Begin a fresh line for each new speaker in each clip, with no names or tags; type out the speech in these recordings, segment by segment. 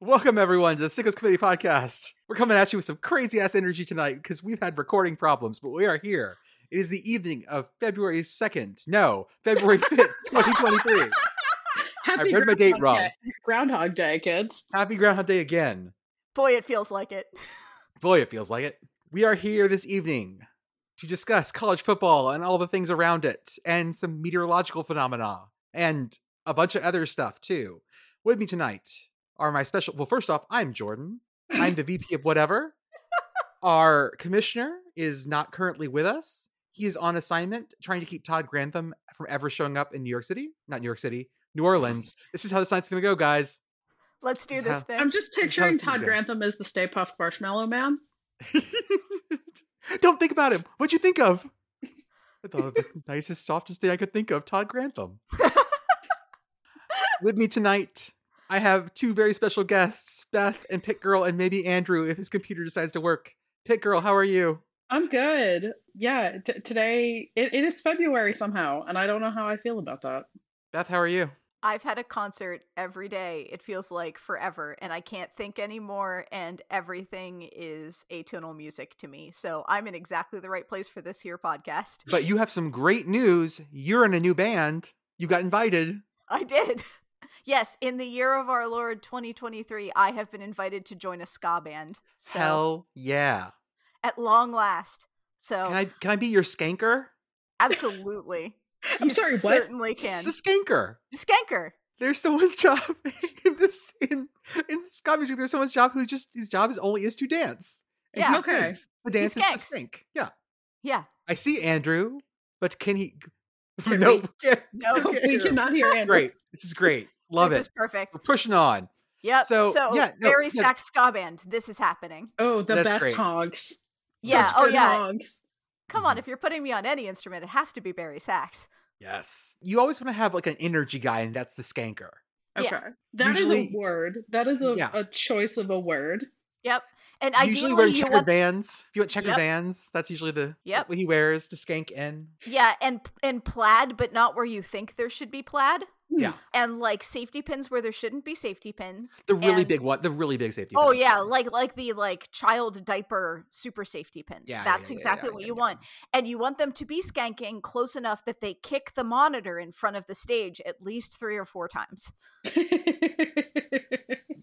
Welcome everyone to the Sickos Committee Podcast. We're coming at you with some crazy ass energy tonight because we've had recording problems, but we are here. It is the evening of February 2nd. No, February 5th, 2023.
Happy
read my date
Groundhog
wrong.
Day- Groundhog Day, kids.
Happy Groundhog Day again.
Boy, it feels like it.
Boy, it feels like it. We are here this evening to discuss college football and all the things around it and some meteorological phenomena and a bunch of other stuff too. With me tonight are my special. Well, first off, I'm Jordan. I'm the VP of whatever. Our commissioner is not currently with us. He is on assignment trying to keep Todd Grantham from ever showing up in New York City. Not New York City, New Orleans. This is how the night's going to go, guys.
Let's do
Yeah.
this thing.
I'm just
This is how
picturing
it's gonna
Todd
go.
Grantham as the Stay Puft Marshmallow Man.
Don't think about him. What'd you think of? I thought of the nicest, softest thing I could think of Todd Grantham. With me tonight, I have two very special guests, Beth and Pit Girl, and maybe Andrew if his computer decides to work. Pit Girl, how are you?
I'm good. Yeah, t- today it, it is February somehow, and I don't know how I feel about that.
Beth, how are you?
I've had a concert every day. It feels like forever, and I can't think anymore, and everything is atonal music to me. So I'm in exactly the right place for this here podcast.
But you have some great news. You're in a new band. You got invited.
I did. Yes, in the year of our Lord 2023, I have been invited to join a ska band. So
Hell yeah.
at long last. So
Can I can I be your skanker?
absolutely.
I'm
you
sorry, what?
certainly can.
The skanker.
Skanker.
there's someone's job in this in in ska music. There's someone's job who just his job is only is to dance. And he
Yeah.
Okay.
skanks. The dance is
skanks.
the stink. Yeah,
Yeah.
I see Andrew, but can he?
Can
no,
we-
we can't-
No,
we
So
can't
we
hear him.
cannot hear Andrew.
Great, this is great. Love it.
this is perfect.
We're pushing on.
Yep.
So,
So,
yeah, no,
very
yeah.
sax ska band. This is happening.
Oh, the
That's
best
great.
hogs.
Yeah. Oh
Best
yeah.
hogs.
Come on,
Mhm.
if you're putting me on any instrument, it has to be Barry Sax.
Yes, you always want to have like an energy guy, and that's the skanker.
Okay.
Yeah.
That is
Usually-
a word. That is a,
Yeah.
a choice of a word.
Yep. And
usually
ideally
wearing
you
checkered
want
bands. If you want checkered
Yep.
bands, that's usually the
Yep.
what he wears to skank in.
yeah, and and plaid but not where you think there should be plaid
Hmm.
Yeah,
and like safety pins where there shouldn't be safety pins.
the really
and-
big one, the really big safety.
Oh
pin.
yeah, like like the like child diaper super safety pins.
yeah, yeah,
That's
yeah, yeah,
exactly
yeah,
what
yeah,
you
yeah.
want. And you want them to be skanking close enough that they kick the monitor in front of the stage at least 3 or 4 times.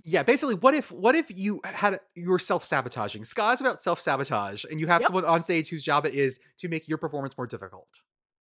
yeah basically what if what if you had you were self-sabotaging ska is about self-sabotage and you have
Yep.
someone on stage whose job it is to make your performance more difficult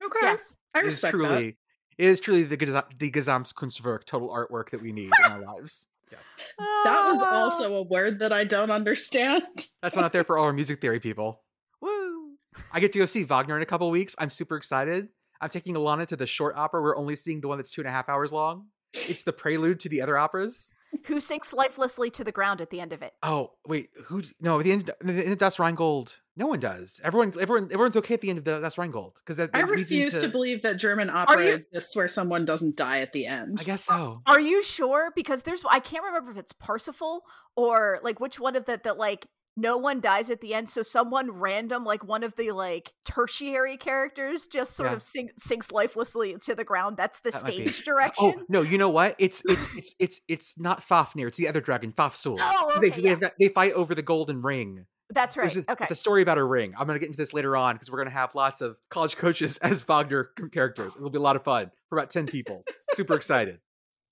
okay.
Yes.
I
it is
respect that.
truly it is truly the, Gesa- the gesamtkunstwerk total artwork that we need in our lives yes
That was
Ah,
also a word that I don't understand.
that's one out there for all our music theory people
woo.
i get to go see wagner in a couple weeks i'm super excited i'm taking alana to the short opera we're only seeing the one that's two and a half hours long it's the prelude to the other operas
Who sinks lifelessly to the ground at the end of it?
Oh wait, who? d- No, the end. The end of Das Rheingold. No one does. Everyone, everyone, everyone's okay at the end of the Das Rheingold because that,
I
that leads
refuse
into.
to believe that German opera
you-
exists where someone doesn't die at the end.
I guess so.
Are you sure? Because there's I can't remember if it's Parsifal or like which one of the that like no one dies at the end, so someone random, like one of the like tertiary characters, just sort
Yeah.
of sink, sinks lifelessly to the ground. That's the
That might be-
stage
Oh
direction.
no, you know what? It's it's it's it's it's not Fafnir. It's the other dragon, Fafsul.
Oh,
they,
okay,
they,
yeah.
have that- they fight over the golden ring.
That's right.
There's a-
okay.
It's a story about a ring. I'm gonna get into this later on because we're gonna have lots of college coaches as Wagner c- characters. It'll be a lot of fun for about ten people. Super excited.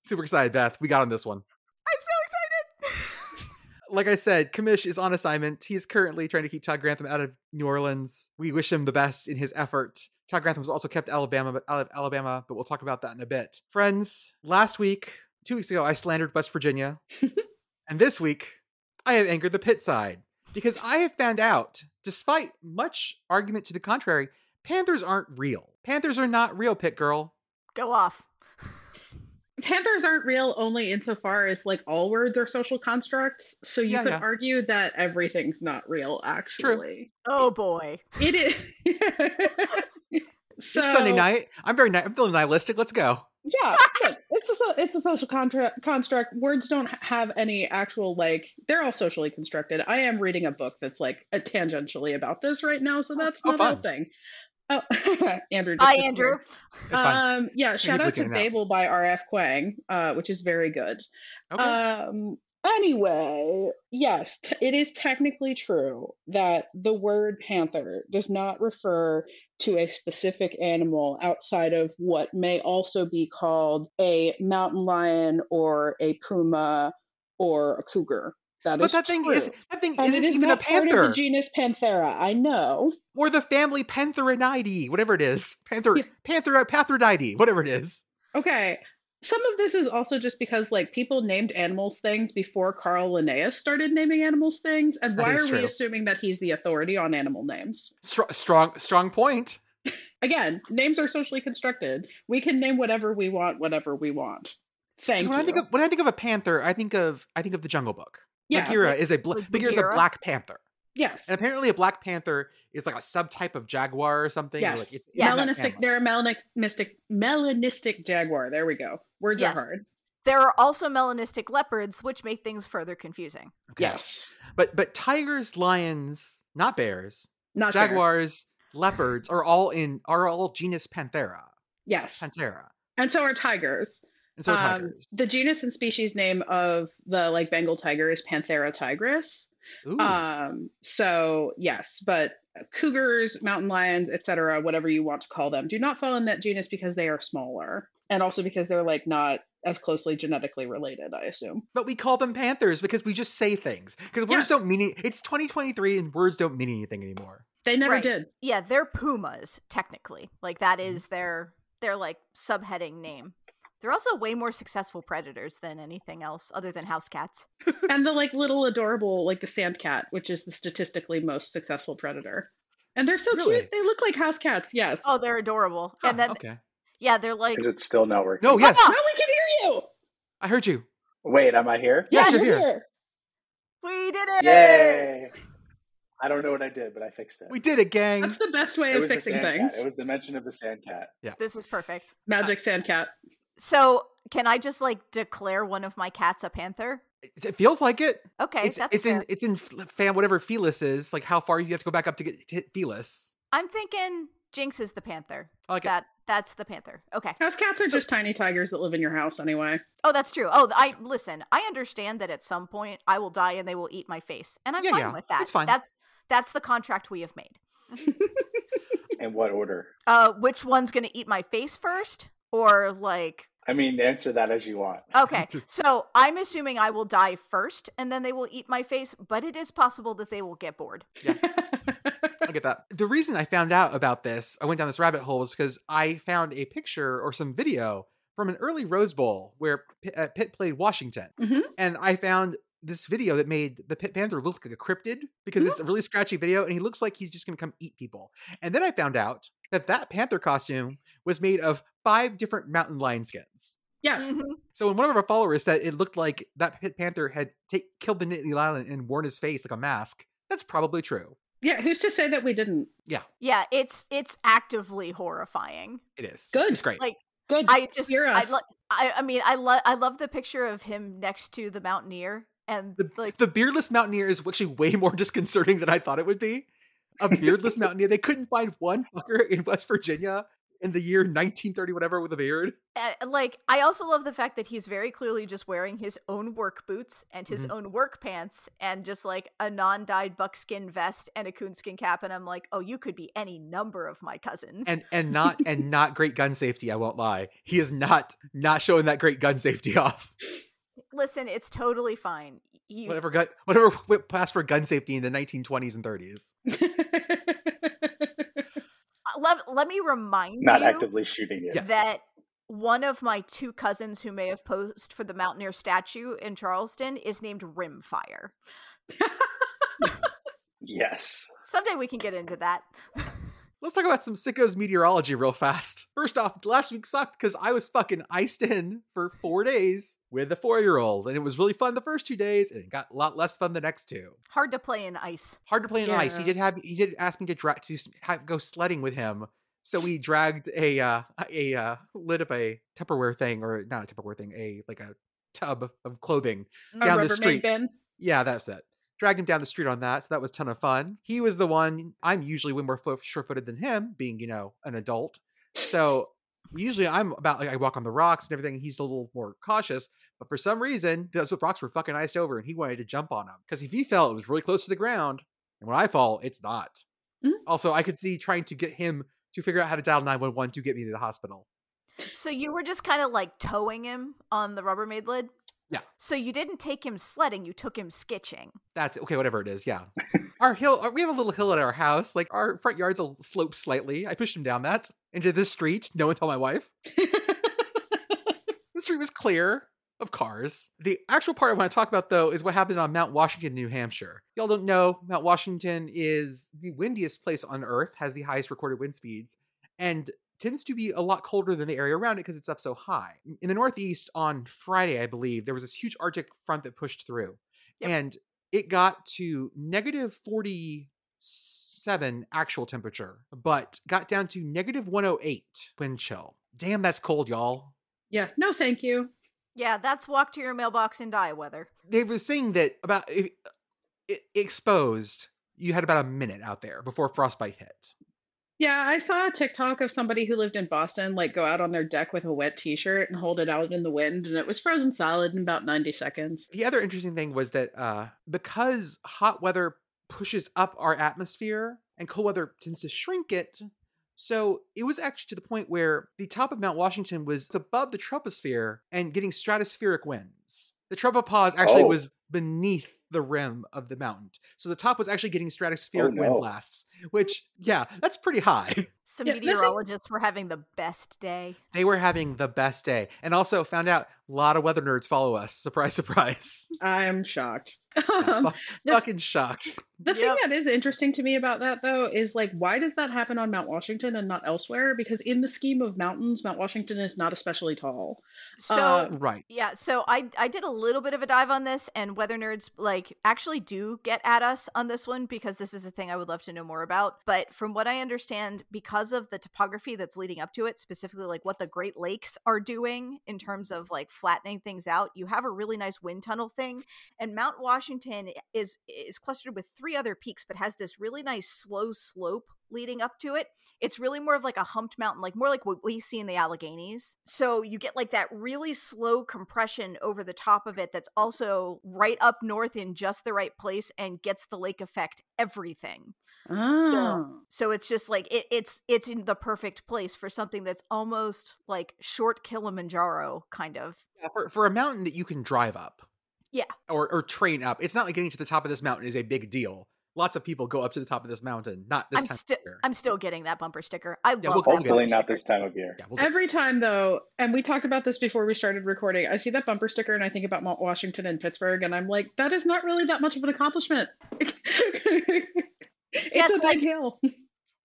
Super excited, Beth. We got on this one.
I'm so excited.
like I said, Kamish is on assignment. He is currently trying to keep Todd Grantham out of New Orleans. We wish him the best in his effort. Todd Grantham was also kept Alabama, but- out of Alabama, but we'll talk about that in a bit. Friends, last week, two weeks ago, I slandered West Virginia, and this week, I have angered the pit side because I have found out, despite much argument to the contrary, Panthers aren't real. Panthers are not real, pit girl.
Go off.
Panthers aren't real only insofar as like all words are social constructs. So you
Yeah,
could
yeah.
argue that everything's not real actually.
Oh boy.
It is so,
it's Sunday night. I'm very, ni- I'm feeling nihilistic. Let's go.
Yeah, look, it's a so- it's a social contract construct. Words don't have any actual like they're all socially constructed. I am reading a book that's like a tangentially about this right now, so that's
oh,
not a
fun.
thing. Oh, Andrew.
Bye,
disappeared.
Andrew.
It's fine.
Um, yeah, shout
keep
out to
looking it up.
Babel by R.F. Quang, uh, which is very good.
Okay.
Um, Anyway, yes, t- it is technically true that the word panther does not refer to a specific animal outside of what may also be called a mountain lion or a puma or a cougar. That
but
is
that thing
true.
is that thing
And
isn't
it is
even a
not part of
panther
the genus Panthera. I know.
or the family Pantherinidae, whatever it is, panther
Yeah.
panther Patheridae, whatever it is.
Okay. Some of this is also just because like people named animals things before Carl Linnaeus started naming animals things, and
That
why
is
are
true.
we assuming that he's the authority on animal names?
Str- strong strong point.
Again, names are socially constructed. We can name whatever we want, whenever we want.
'Cause
Thank
when
you.
I think of when I think of a panther, I think of I think of the Jungle Book.
yeah,
Bagheera is a bl-
like
Bagheera's a
Bagheera.
black panther,
yes,
and apparently a black panther is like a subtype of jaguar or something. or
yes.
like it's, it's
Yes.
in that
Melanistic.
family.
They're a melanistic, melanistic jaguar. There we go. Words
Yes.
are hard.
There are also melanistic leopards, which make things further confusing.
Okay.
Yes,
But but tigers, lions, not bears,
not fair.
jaguars, leopards are all in are all genus Panthera.
Yes,
Panthera.
and so are tigers.
And so are
Um,
tigers.
The genus and species name of the like Bengal tiger is Panthera tigris.
Ooh,
Um, so yes, but cougars, mountain lions, etc., whatever you want to call them, do not fall in that genus because they are smaller, and also because they're like not as closely genetically related. I assume.
but we call them panthers because we just say things. Because words
Yes.
don't mean any- it's 2023 and words don't mean anything anymore.
They never
Right.
did.
Yeah, they're pumas technically. Like that
Mhm.
is their their like subheading name. They're also way more successful predators than anything else other than house cats.
and the like little adorable like the sand cat, which is the statistically most successful predator. And they're so
Really?
cute. They look like house cats. Yes.
Oh, they're adorable.
Huh,
and then
okay.
yeah, they're like
Is it still not working?
No, yes.
Now Oh, we can hear you.
I heard you.
Wait, am I here?
Yes, you're here.
we did it.
Yay! I don't know what I did, but I fixed it.
We did it, gang.
That's the best way
it
of
was the
fixing
sand
things.
cat. It was the mention of the sand cat.
This is perfect.
Uh,
Magic sand cat.
So, can I just like declare one of my cats a panther?
It- It feels like it.
Okay,
it's
that's
it's
fair.
in it's in f- fam whatever Felis is like how far you have to go back up to get to hit Felis.
I'm thinking Jinx is the panther.
I Like it.
That that's the panther. Okay.
House cats are
So-
just tiny tigers that live in your house anyway.
Oh, that's true. Oh, I listen. I understand that at some point I will die and they will eat my face, and I'm
Yeah,
fine
yeah,
with that.
it's fine.
That's that's the contract we have made.
In what order?
Uh, which one's gonna eat my face first, or like?
I mean, answer that as you want.
Okay, so I'm assuming I will die first, and then they will eat my face. But it is possible that they will get bored.
I get that. The reason I found out about this, I went down this rabbit hole, was because I found a picture or some video from an early Rose Bowl where P- uh, Pitt played Washington,
Mhm.
and I found this video that made the Pitt Panther look like a cryptid because it's a really scratchy video, and he looks like he's just going to come eat people. And then I found out that that panther costume was made of five different mountain lion skins.
yes.
Mhm.
So when one of our followers said it looked like that Pit Panther had ta- killed the Nittany Lion and worn his face like a mask, that's probably true.
Yeah, who's to say that we didn't?
Yeah, it's it's actively horrifying.
It is.
Good.
It's great.
Like-
Good.
I just
hear
I,
us.
lo- I I mean I love I love the picture of him next to the mountaineer and
the,
like
the beardless mountaineer is actually way more disconcerting than I thought it would be. A beardless mountaineer. They couldn't find one fucker in West Virginia in the year 1930 whatever with a beard.
a- like I also love the fact that he's very clearly just wearing his own work boots and his
Mhm.
own work pants and just like a non-dyed buckskin vest and a coonskin cap and I'm like, "Oh, you could be any number of my cousins."
And and not and not great gun safety, I won't lie. He is not not showing that great gun safety off.
Listen, it's totally fine. You
Whatever gun whatever went past for gun safety in the 1920s and 30s.
uh, let, let me remind
Not
you
actively shooting it.
Yeah. Yes.
that one of my two cousins who may have posed for the Mountaineer statue in Charleston is named Rimfire.
Yes.
Someday we can get into that.
Let's talk about some sickos meteorology real fast. First off, last week sucked because I was fucking iced in for four days with a four year old, and it was really fun the first two days, and it got a lot less fun the next two.
Hard to play in ice.
Hard to play on ice. He
Yeah.
did have he did ask me to drag to s- have, go sledding with him, so we dragged a uh, a uh, lid of a Tupperware thing or not a Tupperware thing, a like a tub of clothing
A
down the
Rubbermaid
street.
bin.
yeah, that's it. Dragged him down the street on that, so that was a ton of fun. He was the one. I'm usually way more fo- sure-footed than him, being you know an adult. So usually I'm about like I walk on the rocks and everything. He's a little more cautious, but for some reason those rocks were fucking iced over, and he wanted to jump on them because if he fell, it was really close to the ground, and when I fall, it's not.
Mm.
Also, I could see trying to get him to figure out how to dial nine one one to get me to the hospital.
So you were just kind of like towing him on the Rubbermaid lid?
Yeah.
So you didn't take him sledding, you took him skitching.
That's okay, whatever it is. Yeah, our hill. our- We have a little hill at our house. Like our front yard's a slope slightly. I pushed him down that into the street. No one told my wife. The street was clear of cars. The actual part I want to talk about, though, is what happened on Mount Washington, New Hampshire. Y'all don't know, Mount Washington is the windiest place on Earth, has the highest recorded wind speeds, and tends to be a lot colder than the area around it because it's up so high. In the Northeast, on Friday, I believe, there was this huge Arctic front that pushed through,
Yep.
and it got to negative 47 actual temperature, but got down to negative 108 wind chill. Damn, that's cold, y'all.
yeah, no, thank you.
Yeah, that's walk to your mailbox and die weather.
they were saying that about i i exposed you had about a minute out there before frostbite hit
Yeah, I saw a TikTok of somebody who lived in Boston like go out on their deck with a wet T-shirt and hold it out in the wind, and it was frozen solid in about ninety seconds.
the other interesting thing was that uh, because hot weather pushes up our atmosphere and cold weather tends to shrink it so it was actually to the point where the top of mount washington was above the troposphere and getting stratospheric winds the tropopause actually
Oh.
was beneath the rim of the mountain so the top was actually getting stratospheric wind
Oh, no.
blasts which yeah that's pretty high
Some
Yeah, nothing-
meteorologists were having the best day.
They were having the best day. And also found out a lot of weather nerds follow us. Surprise, surprise.
I'm shocked.
Yeah,
Um,
Uh-huh.
fuck-
the-
fucking shocked.
The thing
Yep.
that is interesting to me about that, though, is like, why does that happen on Mount Washington and not elsewhere? Because in the scheme of mountains, Mount Washington is not especially tall.
So
Uh,
Right.
Yeah, so I I did a little bit of a dive on this, and weather nerds like actually do get at us on this one because this is a thing I would love to know more about. But from what I understand, because of the topography that's leading up to it, specifically like what the Great Lakes are doing in terms of like flattening things out, you have a really nice wind tunnel thing, and Mount Washington is is clustered with three other peaks, but has this really nice slow slope leading up to it it's really more of like a humped mountain, like more like what we see in the Alleghenies. So you get like that really slow compression over the top of it that's also right up north in just the right place and gets the lake effect everything.
Ah.
So it's just like it, it's it's in the perfect place for something that's almost like short Kilimanjaro kind of.
For, for a mountain that you can drive up.
Yeah.
Or, or train up. It's not like getting to the top of this mountain is a big deal. Lots of people go up to the top of this mountain. Not this
I'm
time of
sti-
year.
I'm still getting that bumper sticker. I
Yeah,
love
we'll-
that.
we'll
Hopefully
bumper
not
sticker.
this time of year.
yeah, we'll get-
Every time, though, and we talked about this before we started recording, I see that bumper sticker and I think about Mount Washington and Pittsburgh, and I'm like, that is not really that much of an accomplishment. It's
it's
a
like-
big hill.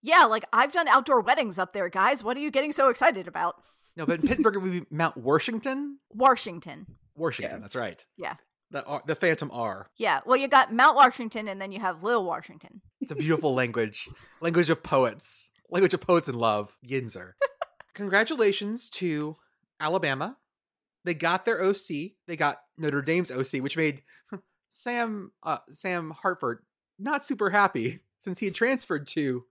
Yeah, like I've done outdoor weddings up there, guys. What are you getting so excited about?
no, but in Pittsburgh, it would be Mount Washington.
Washington.
Washington, that's right.
Yeah.
The, R, the Phantom R.
Yeah, well, you got Mount Washington, and then you have Little Washington.
It's a beautiful language. Language of poets. Language of poets in love. Yinzer. Congratulations to Alabama. They got their OC. They got Notre Dame's OC, which made Sam uh, Sam Hartford not super happy since he had transferred to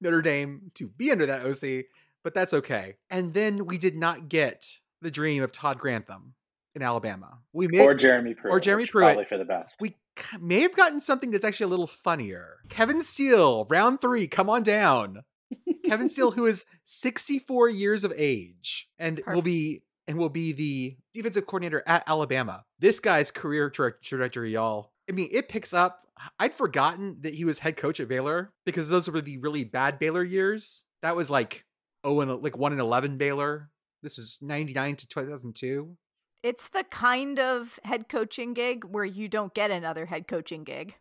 Notre Dame to be under that OC, but that's okay. And then we did not get the dream of Todd Grantham in Alabama. We made
Or Jeremy Pruitt.
Jeremy
which
Pruitt.
Probably for the best.
we k- may have gotten something that's actually a little funnier. Kevin Steele, round three, come on down. Kevin Steele, who is 64 years of age and will
Perfect.
be and will be the defensive coordinator at Alabama. This guy's career tra- trajectory, y'all. I mean, it picks up. I'd forgotten that he was head coach at Baylor because those were the really bad Baylor years. That was like oh and like one and eleven Baylor. This was ninety nine to two thousand two.
It's the kind of head coaching gig where you don't get another head coaching gig.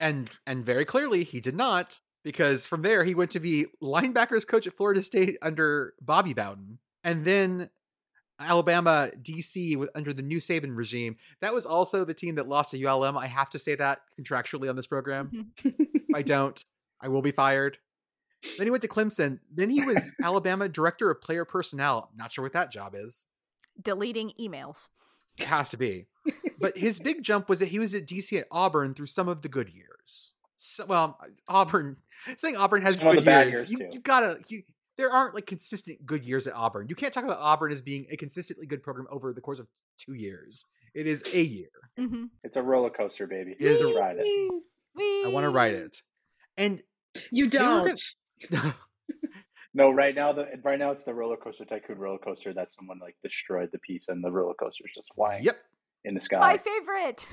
and and very clearly he did not because from there he went to be linebackers coach at Florida State under Bobby Bowden and then Alabama DC with- under the new Saban regime. That was also the team that lost to ULM. I have to say that contractually on this program. If I don't, I will be fired. Then he went to Clemson. Then he was Alabama director of player personnel. Not sure what that job is.
Deleting emails.
It has to be. But his big jump was that he was at DC at Auburn through some of the good years. So, well, Auburn saying Auburn has
Some of
good
the bad
years.
years,
you,
too.
you gotta you, there aren't like consistent good years at Auburn. You can't talk about Auburn as being a consistently good program over the course of two years. It is a year.
Mm-hmm.
It's a roller coaster, baby.
It is a
ride. It.
I want to write it. And
You
They were
don't.
gonna-
No, right now the right now it's the roller coaster tycoon roller coaster that someone like destroyed the piece and the roller coaster's just flying
yep.
in the
My
sky.
favorite.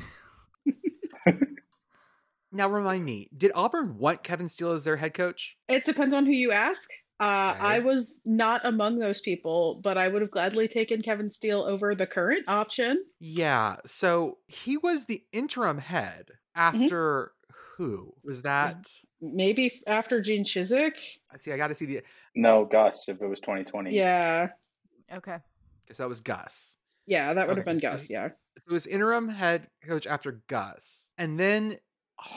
Now remind me, did Auburn want Kevin Steele as their head coach?
It depends on who you ask. Uh, I
Okay.
was not among those people, but I would have gladly taken Kevin Steele over the current option.
Yeah. So he was the interim head after who? Was that
Maybe after Gene Chizik.
I see I gotta see the
no, Gus, if it was 2020.
Yeah.
Okay.
so that was Gus.
Yeah, that would have
Okay,
been
so-
Gus. Yeah.
So it was interim head coach after Gus. And then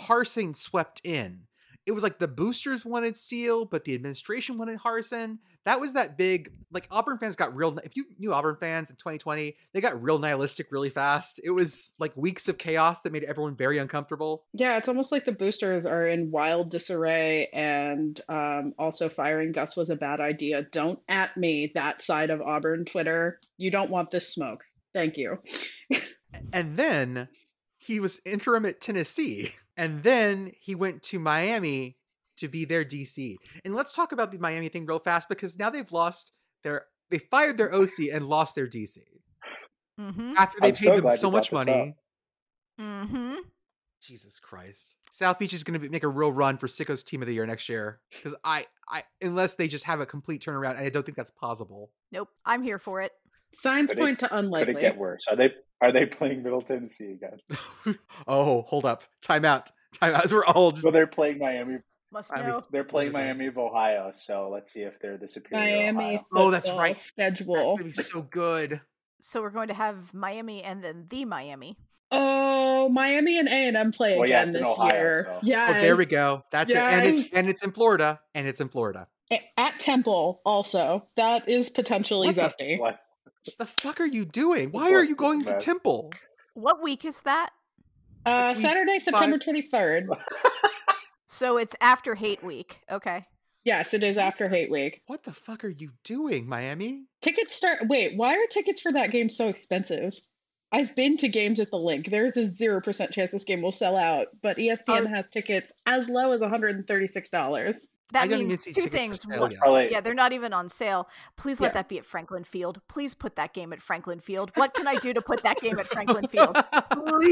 Harsing swept in. It was like the boosters wanted Steele, but the administration wanted Harson. That was that big like Auburn fans got real if you knew Auburn fans in 2020, they got real nihilistic really fast. It was like weeks of chaos that made everyone very uncomfortable.
Yeah, it's almost like the boosters are in wild disarray, and um, also firing Gus was a bad idea. Don't at me that side of Auburn Twitter. You don't want this smoke. Thank you.
And then he was interim at Tennessee. And then he went to Miami to be their DC. And let's talk about the Miami thing real fast because now they've lost their they fired their OC and lost their DC
Mm-hmm.
after they
Hmm. I'm
paid
so
them
glad you
so
brought
much
this up.
money.
Mm-hmm.
Jesus Christ. South Beach is going to make a real run for Sicko's team of the year next year cuz I I unless they just have a complete turnaround and I don't think that's possible.
Nope. I'm here for it.
Signs
Could it-
point to
Could
unlikely.
it get worse? Are they are they playing Middle Tennessee again?
oh, hold up. Timeout. Timeout. We're all just
So they're playing Miami.
Must
I mean,
know.
they're playing
What are they?
Miami of Ohio. So let's see if they're the superior.
Miami.
Ohio.
Oh, that's
football
right. that's
Schedule.
going to be so good.
So we're going to have Miami and then the Miami.
Oh, Miami and A and M play
Well, yeah,
again
it's in
this
Ohio,
year.
so-
Yeah.
Oh, there we go. That's it. And it's
Yes.
and it's in Florida. And it's in Florida.
At Temple, also. That is potentially
What the-
zesty.
What?
The fuck are you doing? Why are
course
you
it's
going to
best.
Temple?
What week is that?
Uh,
It's week
Saturday, September 23rd.
So it's after Hate Week. Okay.
Yes, it is after Hate Week.
What the fuck are you doing, Miami?
Tickets start. Wait, why are tickets for that game so expensive? I've been to games at the link. There's a 0% chance this game will sell out, but E ESPN
Oh.
has tickets as low as $136.
I
That
don't even
means
see
two
tickets for
things.
sale
One-
yet.
Are they-
yeah, they're not even on sale. Please let
Yeah.
that be at Franklin Field. Please put that game at Franklin Field. What can I do to put that game at Franklin Field?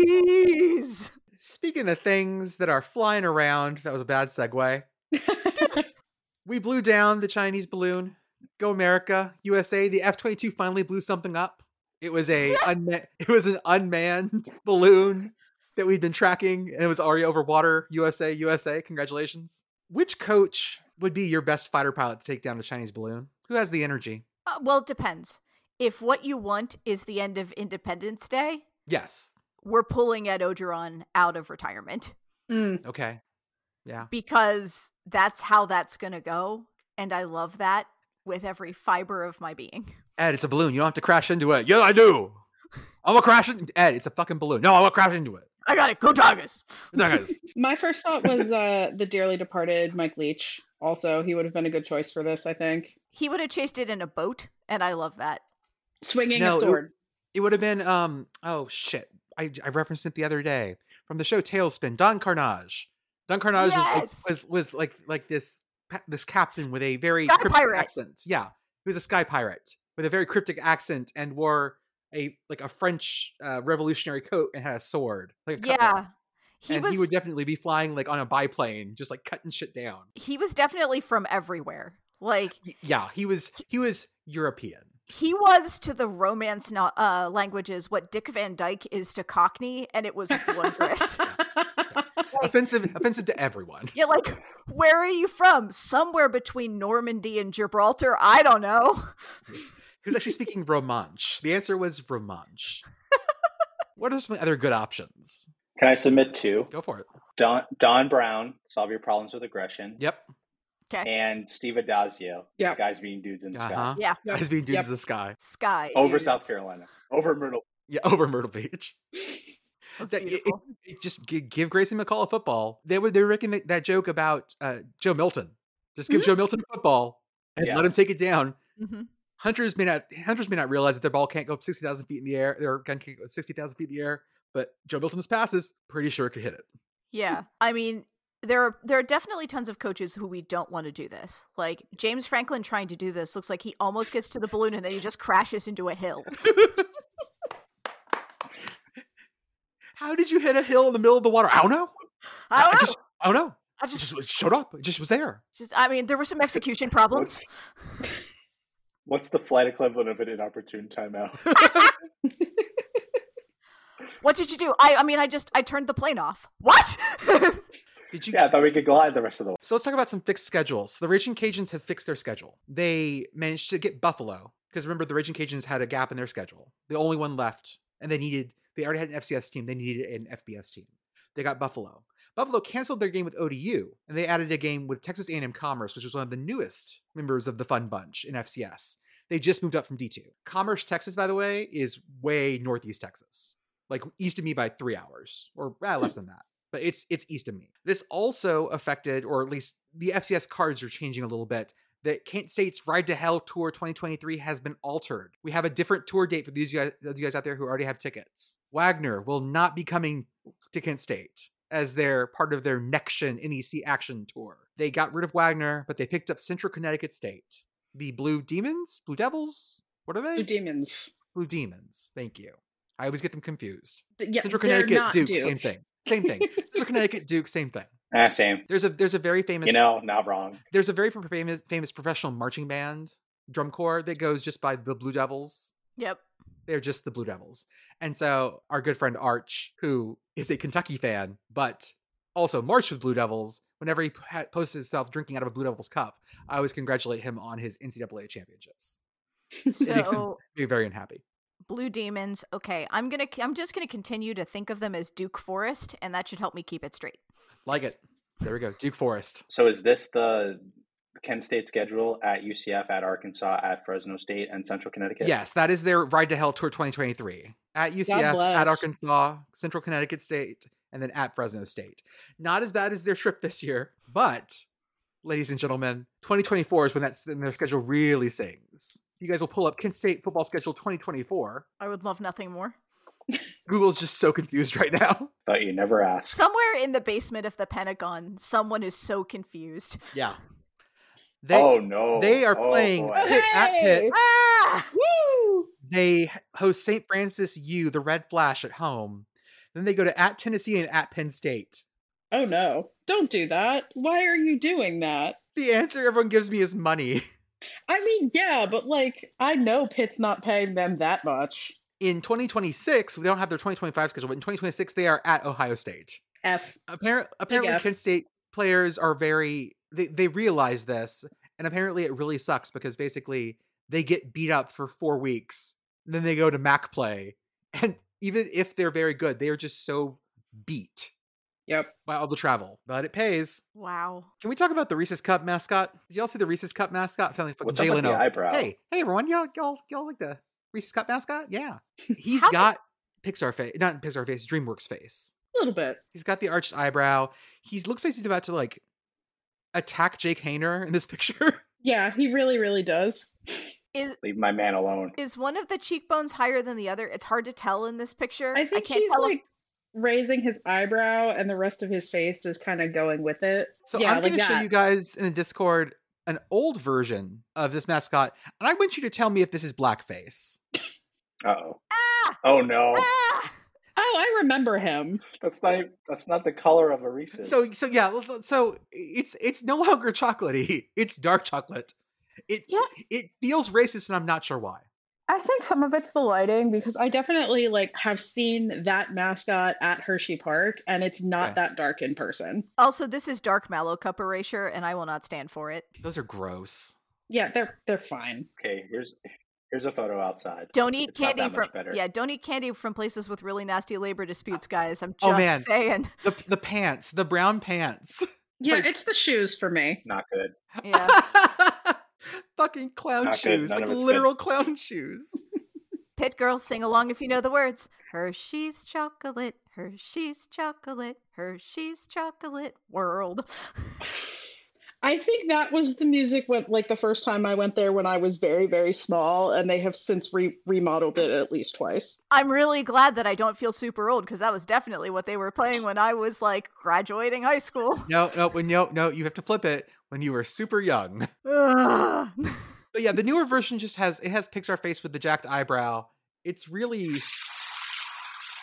Please.
Speaking of things that are flying around, that was a bad segue. We blew down the Chinese balloon. Go America, USA. The F twenty two finally blew something up. It was a unma- it was an unmanned balloon that we'd been tracking, and it was already over water. USA, USA. Congratulations. Which coach would be your best fighter pilot to take down a Chinese balloon? Who has the energy?
Uh, well, it depends. If what you want is the end of Independence Day,
Yes.
we're pulling Ed Ogeron out of retirement
Hmm.
Mm,
Okay. Yeah.
because that's how that's going to go. And I love that with every fiber of my being.
Ed, it's a balloon. You don't have to crash into it. Yeah, I do. I'm gonna crash it. Ed, it's a fucking balloon. No, I'm gonna crash into it.
I got it. Go Tigers.
Nuggets.
My first thought was uh, the dearly departed Mike Leach. Also, he would have been a good choice for this, I think.
He would have chased it in a boat. And I love that.
Swinging
No,
a
it-
sword.
It would have been um oh shit. I I referenced it the other day from the show Tailspin, Don Carnage. Don Carnage was,
Yes!
like, was was like like this pa- this captain with a very
Sky
cryptic
pirate.
accent. Yeah. He was a sky pirate with a very cryptic accent and wore a like a French uh, revolutionary coat and had a sword. Like a cutlass.
Yeah. He
and
was
he would definitely be flying like on a biplane, just like cutting shit down.
he was definitely from everywhere. Like
Y- Yeah, he was he was European.
he was to the Romance no- uh, languages what Dick Van Dyke is to Cockney, and it was wondrous.
offensive offensive to everyone.
yeah, like where are you from? Somewhere between Normandy and Gibraltar. I don't know.
He was actually speaking Romansh. The answer was Romansh. what are some other good options?
Can I submit two?
Go for it.
Don Don Brown, solve your problems with aggression.
Yep.
Okay,
And Steve Adazio.
Yeah.
Guys being dudes in the
Uh
sky.
huh.
yeah,
Yep.
Guys being dudes
Yep.
to the sky.
sky
Over
dudes.
South Carolina. Over Myrtle.
Yeah, over Myrtle Beach.
That's
That- it- it-
beautiful.
it just gi- give Grayson McCall a football. They were they were making that, that joke about uh, Joe Milton. Just give
Mm-hmm.
Mhm.
Joe Milton a football, and
Yeah.
let him take it down.
hmm
Hunters may not hunters may not realize that their ball can't go up sixty thousand feet in the air. Their gun can't go sixty thousand feet in the air. But Joe Milton's passes, pretty sure it could hit it.
Yeah. I mean, there are there are definitely tons of coaches who we don't want to do this. Like James Franklin trying to do this looks like he almost gets to the balloon and then he just crashes into a hill.
How did you hit a hill in the middle of the water? I don't know.
I don't know.
just I don't know.
I
It
just,
just was- showed up. It just was there.
just I mean, there were some execution problems.
What's the flight equivalent of an inopportune timeout?
What did you do? I I mean, I just I turned the plane off. What?
Did you
yeah, I thought we could glide the rest of the way.
So let's talk about some fixed schedules. So the Raging Cajuns have fixed their schedule. They managed to get Buffalo because remember the Raging Cajuns had a gap in their schedule, the only one left, and they needed. They already had an FCS team. They needed an FBS team. They got Buffalo. Buffalo canceled their game with ODU, and they added a game with Texas A&M Commerce, which was one of the newest members of the Fun Bunch in FCS. They just moved up from D2. Commerce, Texas, by the way, is way northeast Texas, like east of me by three hours or ah, less than that but it's it's east of me. This also affected, or at least the FCS cards are changing a little bit. That Kent State's Ride to Hell Tour 2023 has been altered. We have a different tour date for these guys, those you guys out there who already have tickets. Wagner will not be coming to Kent State as their part of their Nection NEC E Action Tour. They got rid of Wagner, but they picked up Central Connecticut State. The Blue Demons, Blue Devils, what are
The
they?
demons.
Blue Demons. Thank you. I always get them confused.
Th- Yeah,
Central
they're
Connecticut
not
Duke,
due.
same thing. Same thing. Central Connecticut Duke, same thing.
Ah, same.
There's a there's a very famous
You know, not wrong.
there's a very famous famous professional marching band drum corps that goes just by the Blue Devils.
yep.
They're just the Blue Devils. And so our good friend Arch, who is a Kentucky fan but also marched with Blue Devils, whenever he ha- posts himself drinking out of a Blue Devils cup, I always congratulate him on his NCAA championships. makes him-
So
Be very unhappy.
Blue Demons. Okay, I'm gonna. I'm just gonna continue to think of them as Duke Forest, and that should help me keep it straight.
Like it. There we go. Duke Forest.
So is this the Kent State schedule at UCF, at Arkansas, at Fresno State, and Central Connecticut?
Yes, that is their Ride to Hell Tour 2023 at UCF,
bless.
at Arkansas, Central Connecticut State, and then at Fresno State. Not as bad as their trip this year, but ladies and gentlemen, 2024 is when that's when their schedule really sings. You guys will pull up Kent State football schedule 2024.
I would love nothing more.
Google's just so confused right now.
Thought you never asked.
Somewhere in the basement of the Pentagon, someone is so confused.
Yeah. They
oh no.
they are
Oh,
playing
boy.
Pitt at Pitt.
Hey!
Ah!
Woo!
they h- host St. Francis U, the Red Flash at home. Then they go to at Tennessee and at Penn State.
Oh no! Don't do that. Why are you doing that?
The answer everyone gives me is money.
I mean, yeah, but like, I know Pitt's not paying them that much.
In 2026, we don't have their 2025 schedule, but in 2026 they are at Ohio State.
F.
Apparent, apparently,
F.
Kent State players are very they, they realize this, and apparently it really sucks because basically they get beat up for four weeks, and then they go to MAC play, and even if they're very good, they are just so beat
Yep.
by all the travel, but it pays.
Wow.
Can we talk about the Reese's Cup mascot? Did y'all see the Reese's Cup mascot? Sounding fucking
What's up with
Jalen
the
O.
eyebrow?
Hey, hey everyone, y'all, y'all, y'all like the Reese's Cup mascot? Yeah, he's
How-
got Pixar face, not Pixar face, DreamWorks face.
A little bit.
He's got the arched eyebrow. He looks like he's about to like attack Jake Hayner in this picture.
Yeah, he really, really does.
Is
Leave my man alone.
is one of the cheekbones higher than the other? It's hard to tell in this picture.
I think
can't
he's
tell
like raising his eyebrow, and the rest of his face is kind of going with it.
So
yeah,
I'm
like
going to show
that.
you guys in the Discord an old version of this mascot, and I want you to tell me if this is blackface.
Uh oh.
if
Oh no.
ah! Ah!
Oh, I remember him.
That's not. even- That's not the color of a Reese's.
So so yeah, let's- let's- so it's it's no longer chocolatey. It's dark chocolate. It
Yeah.
it feels racist, and I'm not sure why.
I think some of it's the lighting because I definitely like have seen that mascot at Hershey Park, and it's not
Okay.
that dark in person.
Also, this is dark mallow cup erasure, and I will not stand for it.
Those are gross.
Yeah, they're they're fine.
okay, here's here's a photo outside.
Don't eat
It's not
candy
that
from
much better. Uh,
yeah. Don't eat candy from places with really nasty labor disputes, guys. I'm just
Oh, man.
saying.
The the pants, the brown pants.
Yeah,
Like-
it's the shoes for me.
Not good.
Yeah.
Fucking clown
Not good.
shoes,
None
like
of it's good.
literal clown shoes.
Pit girls sing along if you know the words. Hershey's chocolate, Hershey's chocolate, Hershey's chocolate world.
I think that was the music when, like, the first time I went there when I was very, very small, and they have since re- remodeled it at least twice.
I'm really glad that I don't feel super old because that was definitely what they were playing when I was like graduating high school.
No, no, when no, no, you have to flip it when you were super young.
Ugh.
But yeah, the newer version just has it has Pixar face with the jacked eyebrow. It's really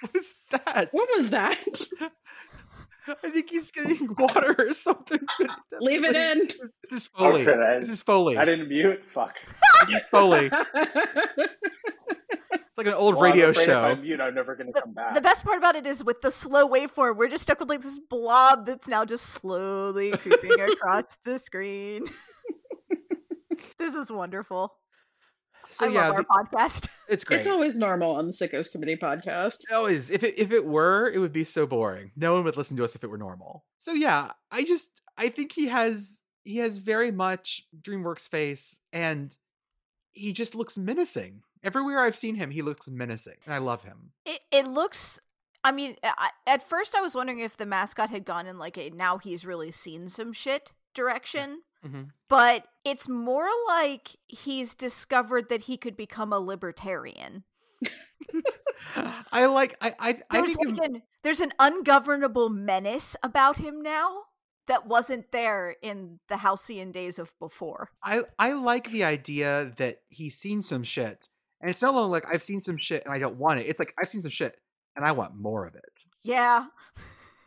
What is that?
What was that?
I think he's getting water or something.
Leave it in.
This is Foley.
Okay, I-
Oh, This is Foley.
I didn't mute. Fuck.
This is Foley. It's like an old
Well, I'm
radio
afraid If I
show.
mute, I'm never gonna come
Uh,
back.
the best part about it is with the slow waveform, we're just stuck with like this blob that's now just slowly creeping across the screen. this is wonderful.
So
I
yeah,
love our
the-
podcast.
it's great.
it's always normal on the Sickos Committee podcast.
No, is if Oh, it if it were, it would be so boring. No one would listen to us if it were normal. So yeah, I just I think he has he has very much DreamWorks face, and he just looks menacing. Everywhere I've seen him, he looks menacing, and I love him.
It, it looks. I mean, I, at first I was wondering if the mascot had gone in like a now he's really seen some shit direction,
Mhm.
but it's more like he's discovered that he could become a libertarian.
I like I I, I
There's,
think of-
like an, there's an ungovernable menace about him now that wasn't there in the halcyon days of before.
I I like the idea that he's seen some shit, and it's not only like I've seen some shit and I don't want it. It's like I've seen some shit and I want more of it.
Yeah,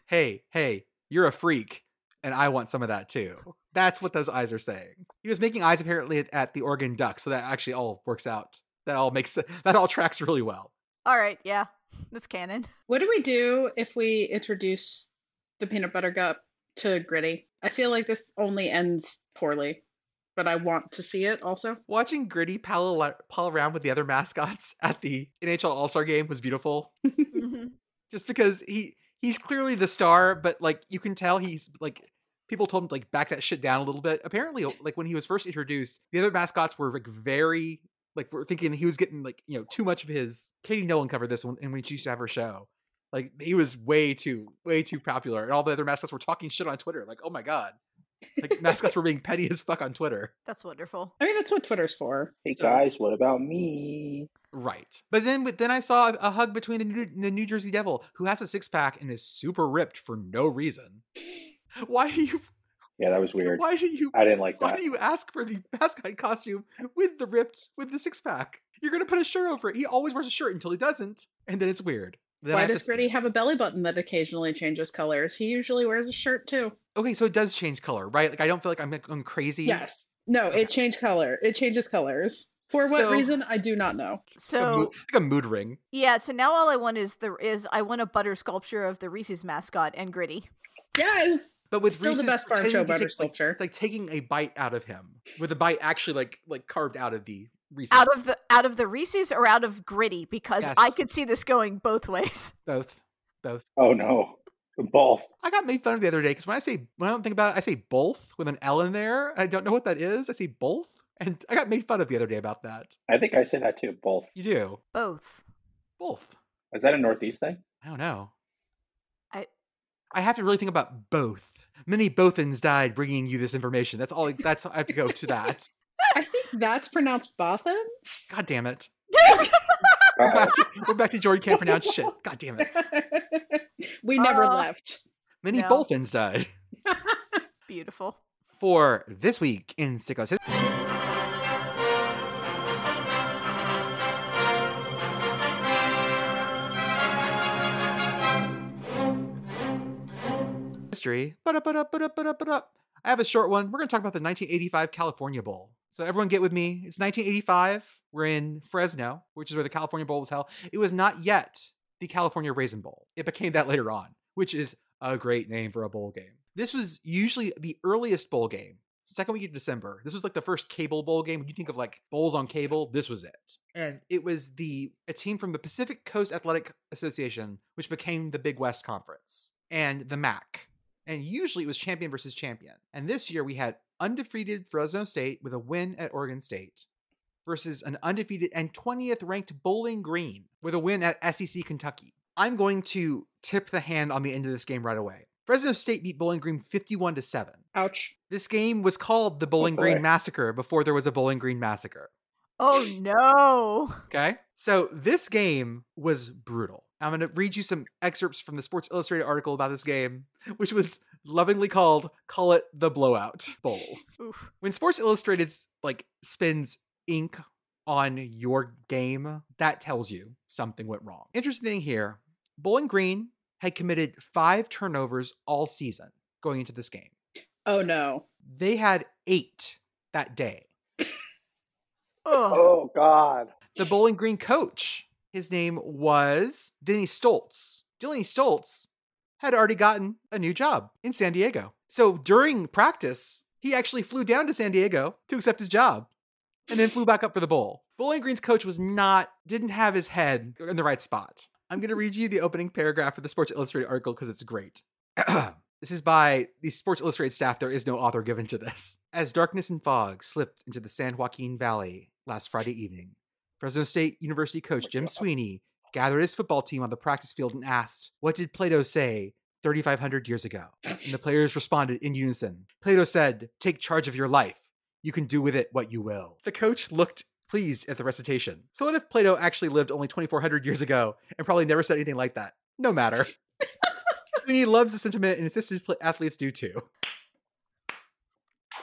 hey, hey, you're a freak, and I want some of that too. That's what those eyes are saying. He was making eyes apparently at- at the Oregon Duck, so that actually all works out. That all makes that all tracks really well.
all right, yeah, that's canon.
What do we do if we introduce the peanut butter cup to Gritty? I feel like this only ends poorly, but I want to see it also.
Watching Gritty pal, al- pal around with the other mascots at the NHL All Star game was beautiful,
Mhm.
just because he he's clearly the star, but like you can tell he's like people told him to, like back that shit down a little bit. Apparently, like when he was first introduced, the other mascots were like very like we're thinking he was getting like you know too much of his katie nolan covered this one and when she used to have her show like he was way too way too popular and all the other mascots were talking shit on twitter like oh my god like mascots were being petty as fuck on twitter
That's wonderful.
I mean, that's what Twitter's for.
hey
so-
guys, what about me?
right but then but then i saw a, a hug between the new, the new jersey devil who has a six-pack and is super ripped for no reason why do you
Yeah, that was weird.
why do you
I didn't like
why
that.
do you ask for the mascot costume with the ripped with the six-pack you're gonna put a shirt over it he always wears a shirt until he doesn't and then it's weird then I
Why
have to
does
see
Gritty
it.
have a belly button that occasionally changes colors? He usually wears a shirt too.
okay so it does change color right like i don't feel like i'm like, going crazy
Yes. No,
Okay.
it changed color. It changes colors. For what
So-
reason, I do not know.
like a, mood,
So
like a mood ring
yeah, so now all I want is the is I want a butter sculpture of the Reese's mascot and Gritty.
Yes.
but with
Still
Reese's
the best farm
pretending
show
to
butter
take, like,
sculpture.
it's like taking a bite out of him with a bite actually like like carved out of the Reese's
Out of the out of the Reese's or out of Gritty because I
Yes.
could see this going both ways.
both both
Oh no, the ball.
I got made fun of the other day because when I say when I don't think about it, I say both with an L in there. I don't know what that is. I say both, and I got made fun of the other day about that.
I think I said that too. Both.
You do
Both.
both.
Is that a Northeast thing?
I don't know.
I-
I have to really think about both. Many bothans died bringing you this information. That's all. That's I have to go to that.
I think that's pronounced Botham.
God damn it.
Uh-oh.
We're back to, we're back to Jordan can't pronounce shit. God damn it.
we never
Uh,
left.
Many
No.
Bolthans died.
Beautiful.
For this week in Sicko's History. History. Ba-da-ba-da-ba-da-ba-da-ba-da. I have a short one. We're going to talk about the 1985 California Bowl. So everyone get with me. It's 1985. We're in Fresno, which is where the California Bowl was held. It was not yet the California Raisin Bowl. It became that later on, which is a great name for a bowl game. This was usually the earliest bowl game, second week of December. This was like the first cable bowl game. When you think of like bowls on cable, this was it. And it was the a team from the Pacific Coast Athletic Association, which became the Big West Conference and the MAC. And usually it was champion versus champion. And this year we had undefeated Fresno State with a win at Oregon State versus an undefeated and 20th ranked Bowling E Green with a win at SEC Kentucky. I'm going to tip the hand on the end of this game right away. Fresno State beat Bowling Green 51 to 7.
Ouch.
This game was called the Bowling
boy.
Green Massacre before there was a Bowling Green Massacre.
Oh no.
Okay. So this game was brutal. I'm going to read you some excerpts from the Sports Illustrated article about this game, which was lovingly called Call It the Blowout Bowl.
Oof.
When Sports Illustrated's like spins ink on your game, that tells you something went wrong. Interesting thing here, Bowling Green had committed 5 turnovers all season going into this game.
Oh no.
They had 8 that day.
Oh.
Oh God.
the Bowling Green coach. His name was Denny Stoltz. Denny Stoltz had already gotten a new job in San Diego. So during practice, he actually flew down to San Diego to accept his job and then flew back up for the bowl. Bowling Green's coach was not, didn't have his head in the right spot. I'm going to read you the opening paragraph of the Sports Illustrated article because it's great. this is by the Sports Illustrated staff. There is no author given to this. As darkness and fog slipped into the San Joaquin Valley last Friday evening, Fresno State University coach
my
Jim
God.
Sweeney gathered his football team on the practice field and asked, What did Plato say 3,500 years ago? And the players responded in unison. Plato said, Take charge of your life. You can do with it what you will. The coach looked pleased at the recitation. So, what if Plato actually lived only 2,400 years ago and probably never said anything like that? No matter. Sweeney loves the sentiment and insists his pl- athletes do too.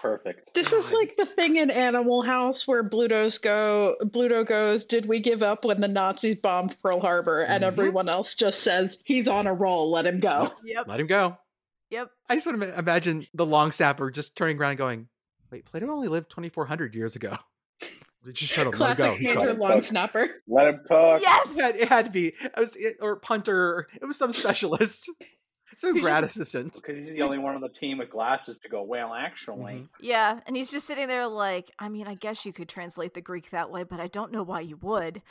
Perfect.
This is
God.
like the thing in Animal House where Bluto's go Bluto goes, Did we give up when the Nazis bombed Pearl Harbor? And
Mhm.
everyone else just says, He's on a roll, let him go.
Yep.
Let him go.
Yep.
I just want to imagine the long snapper just turning around and going, Wait, Plato only lived 2,400 years ago. Just shut up, let him go.
Classic
He's
Andrew
gone.
Long Snapper.
Let him cook.
Yes.
Yeah, it had to be. It was it, or punter. It was some specialist, some
Who's just-
grad assistant.
Because he's the only one on the team with glasses to go. Well, actually,
Mhm.
Yeah, and he's just sitting there like, I mean, I guess you could translate the Greek that way, but I don't know why you would.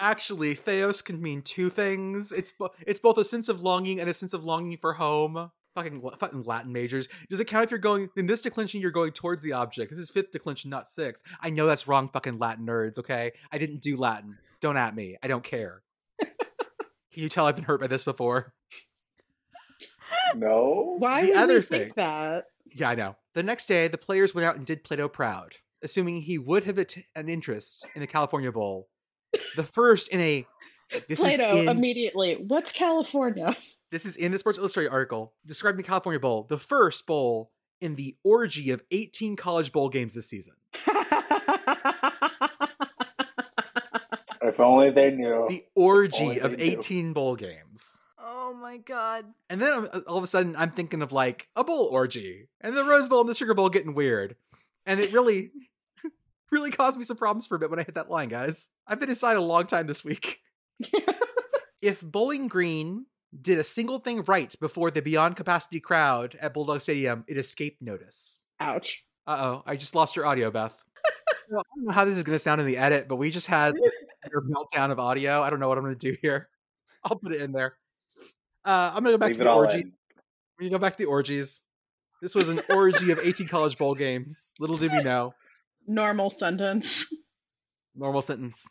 Actually, theos can mean two things. It's bo- it's both a sense of longing and a sense of longing for home. Fucking La- fucking Latin majors. Does it count if you're going in this declension? You're going towards the object. This is fifth declension, not sixth. I know that's wrong, fucking Latin nerds. Okay, I didn't do Latin. Don't at me. I don't care. can you tell I've been hurt by this before? Mm-hmm.
no.
Why
The
would
other
we
thing-
think that?
Yeah, I know. The next day, the players went out and did Plato proud, assuming he would have att- an interest in the California Bowl, the first in a. This
Plato
is in,
immediately, what's California?
this is in the Sports Illustrated article describing the California Bowl, the first bowl in the orgy of 18 college bowl games this season.
If only they knew.
The orgy
Only
of
they do.
18 bowl games.
Oh my god.
And then I'm- all of a sudden, I'm thinking of like a bowl orgy and the Rose Bowl and the Sugar Bowl getting weird. And it really, really caused me some problems for a bit when I hit that line, guys. I've been inside a long time this week. if Bowling Green did a single thing right before the Beyond Capacity crowd at Bulldog Stadium, it escaped notice.
Ouch.
Uh oh, I just lost your audio, Beth. Well, I don't know how this is going to sound in the edit, but we just had your meltdown of audio. I don't know what I'm going to do here. I'll put it in there. Uh, I'm going to go back
Leave
to
it
the
all
orgy
in.
we go back to the orgies. This was an orgy of 18 college bowl games. Little did we know.
Normal sentence.
Normal sentence.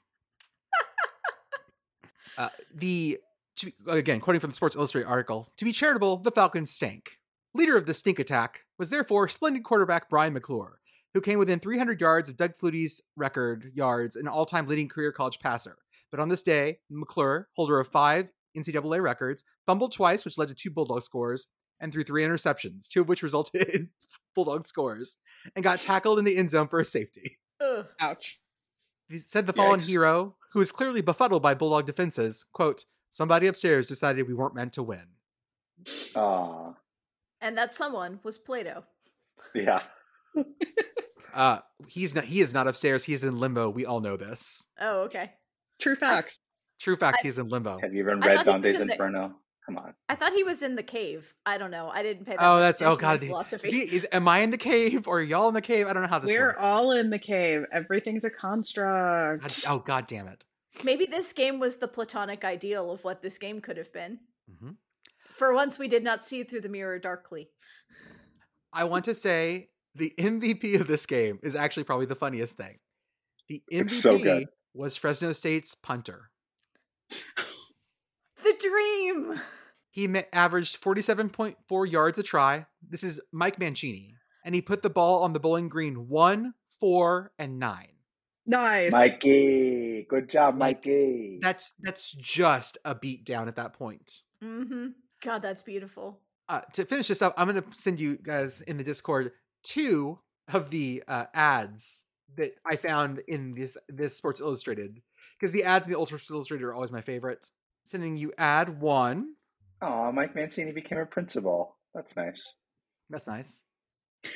Uh, the to be, again quoting from the Sports Illustrated article. To be charitable, the Falcons stank. Leader of the stink attack was therefore splendid quarterback Brian McClure, who came within 300 yards of Doug Flutie's record yards, an all-time leading career college passer. But on this day, McClure, holder of five NCAA records, fumbled twice, which led to two Bulldog scores, and threw three interceptions, two of which resulted in Bulldog scores, and got tackled in the end zone for a safety.
Ouch.
He said the fallen
Yikes.
hero, who was clearly befuddled by Bulldog defenses, quote, somebody upstairs decided we weren't meant to win.
Aw,
And that someone was Plato.
yeah.
Uh he's not he is not upstairs, he's in limbo. We all know this.
Oh, okay.
True facts.
True fact, he's in limbo.
Have you even
I thought
read
he was
Dante's
in the-
Inferno? Come on.
I thought he was in the cave. I don't know. I didn't pay that.
Oh,
much
that's oh
attention to
god. the-
Philosophy.
Is, he, is am I in the cave or are y'all in the cave? I don't know how this
We're
works.
all in the cave. Everything's a construct.
God, oh god damn it.
Maybe this game was the platonic ideal of what this game could have been.
Mm-hmm.
Mhm.
For once, we did not see through the mirror darkly.
I want to say the MVP of this game is actually probably the funniest thing. The MVP
It's so good.
was Fresno State's punter.
The dream.
He ma- averaged 47.4 yards a try. This is Mike Mancini. And he put the ball on the bowling green one, four, and nine.
Nice.
Mikey, good job,
Like,
Mikey.
That's that's just a beat down at that point.
Mm-hmm. God, that's beautiful.
Uh, to finish this up, I'm going to send you guys in the Discord two of the uh, ads that I found in this this Sports Illustrated because the ads in the Old Sports Illustrated are always my favorite. Sending you ad one.
Oh, Mike Mancini became a principal. That's nice.
That's nice.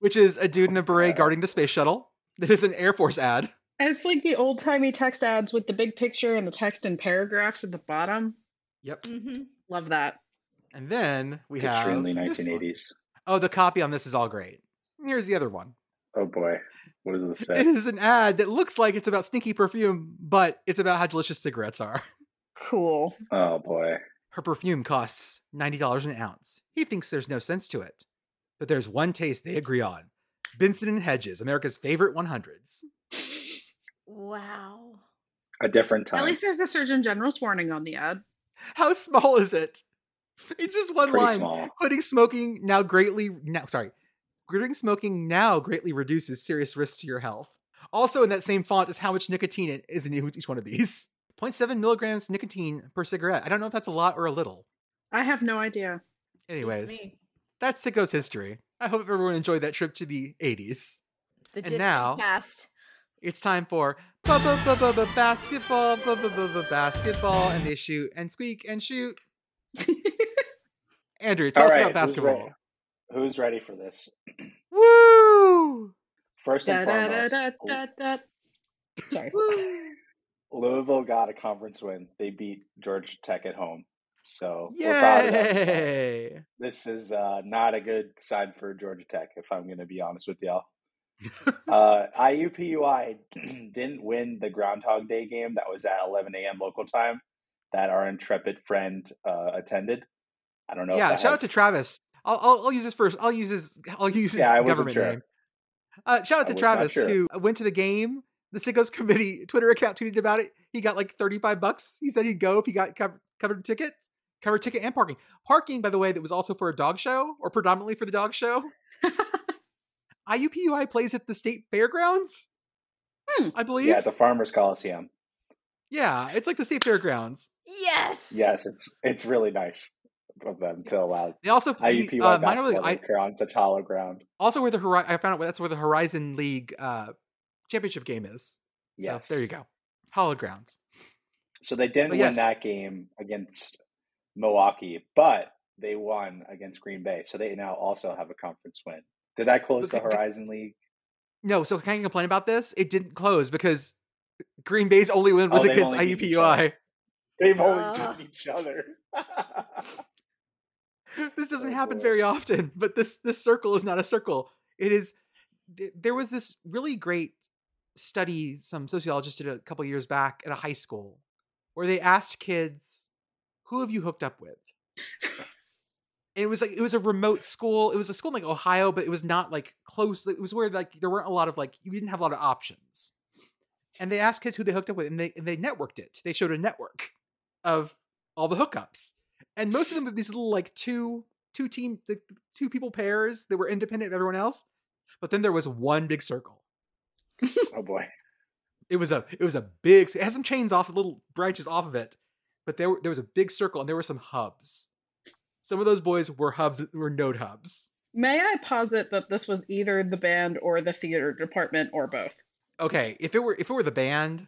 Which is a dude in a beret guarding the space shuttle. That is an Air Force ad.
And it's like the old timey text ads with the big picture and the text in paragraphs at the bottom.
Yep.
Mm-hmm.
Love that.
Mm. And then we have
Picture in the
this one.
1980s.
Oh, the copy on this is all great. Here's the other one.
Oh boy, what does this
It
say?
is an ad that looks like it's about stinky perfume, but it's about how delicious cigarettes are.
Cool.
oh boy.
Her perfume costs $90 an ounce. He thinks there's no sense to it. But there's one taste they agree on Benson and Hedges, America's favorite 100s.
Wow.
A different time.
At least there's a Surgeon General's warning on the ad.
How small is it? It's just one
Pretty
line.
small.
Quitting smoking now greatly now sorry. Quitting smoking now greatly reduces serious risks to your health. Also in that same font is how much nicotine it is in e-, each one of these. 0.7 milligrams nicotine per cigarette. I don't know if that's a lot or a little.
I have no idea.
Beats
Anyways,
me.
that's Sicko's history. I hope everyone enjoyed that trip to the 80s.
the
and
distant
now-
past.
It's time for ba ba ba ba ba basketball, ba ba ba ba basketball, and they shoot and squeak and shoot. Andrew, tell
All
us
right,
about
who's re-
basketball.
Who's ready for this?
Woo!
First and foremost,
Da-da-da-da-da. Sorry.
Woo.
Louisville got a conference win. They beat Georgia Tech at home. So we're proud of them.
Yay!
this is uh, not a good sign for Georgia Tech, if I'm going to be honest with y'all. uh, IUPUI didn't win the Groundhog Day game that was at 11 a.m. local time that our intrepid friend uh, attended. I don't know.
Yeah,
if that
shout out to
had-
Travis. I'll, I'll I'll use this first. I'll use his I'll use his
Yeah, I wasn't
government
sure.
name. Uh, shout out
I
to
was not
Travis
sure.
who went to the game. The Sickos committee Twitter account tweeted about it. He got like thirty five bucks. He said he'd go if he got cover, covered ticket, covered ticket and parking. Parking, by the way, that was also for a dog show or predominantly for the dog show. IUPUI plays at the state fairgrounds.
Hmm.
I believe.
yeah, at the Farmers Coliseum.
yeah, it's like the state fairgrounds.
Yes.
Yes, it's it's really nice of them to allow
They also play
IUPUI
uh, minor league.
basketball
I,
to occur on such hollow ground.
also where the Hori- I found out that's where the Horizon League uh, championship game is.
Yes.
So there you go. Hollow grounds.
So they didn't
But yes.
win that game against Milwaukee, but they won against Green Bay. So they now also have a conference win. Did that close the
Okay, good.
Horizon League?
No, so can I complain about this? It didn't close because Green Bay's only win
Oh,
was
they
against
only beat each other.
IUPUI.
They've
only
only
Uh.
beat Ah.
beat each other.
This doesn't
Oh,
happen
boy.
very often, but this this circle is not a circle. It is th- there was this really great study some sociologists did a couple years back at a high school where they asked kids, "Who have you hooked up with?" And it was like it was a remote school. It was a school in like Ohio, but it was not like close. It was where like there weren't a lot of like you didn't have a lot of options. And they asked kids who they hooked up with, and they and they networked it. They showed a network of all the hookups, and most of them were these little like two two team the two people pairs that were independent of everyone else. But then there was one big circle.
oh boy.
It was a it was a big. It had some chains off, little branches off of it, but there were- there was a big circle, and there were some hubs. Some of those boys were hubs were node hubs.
May I posit that this was either the band or the theater department or both?
okay, if it were if it were the band,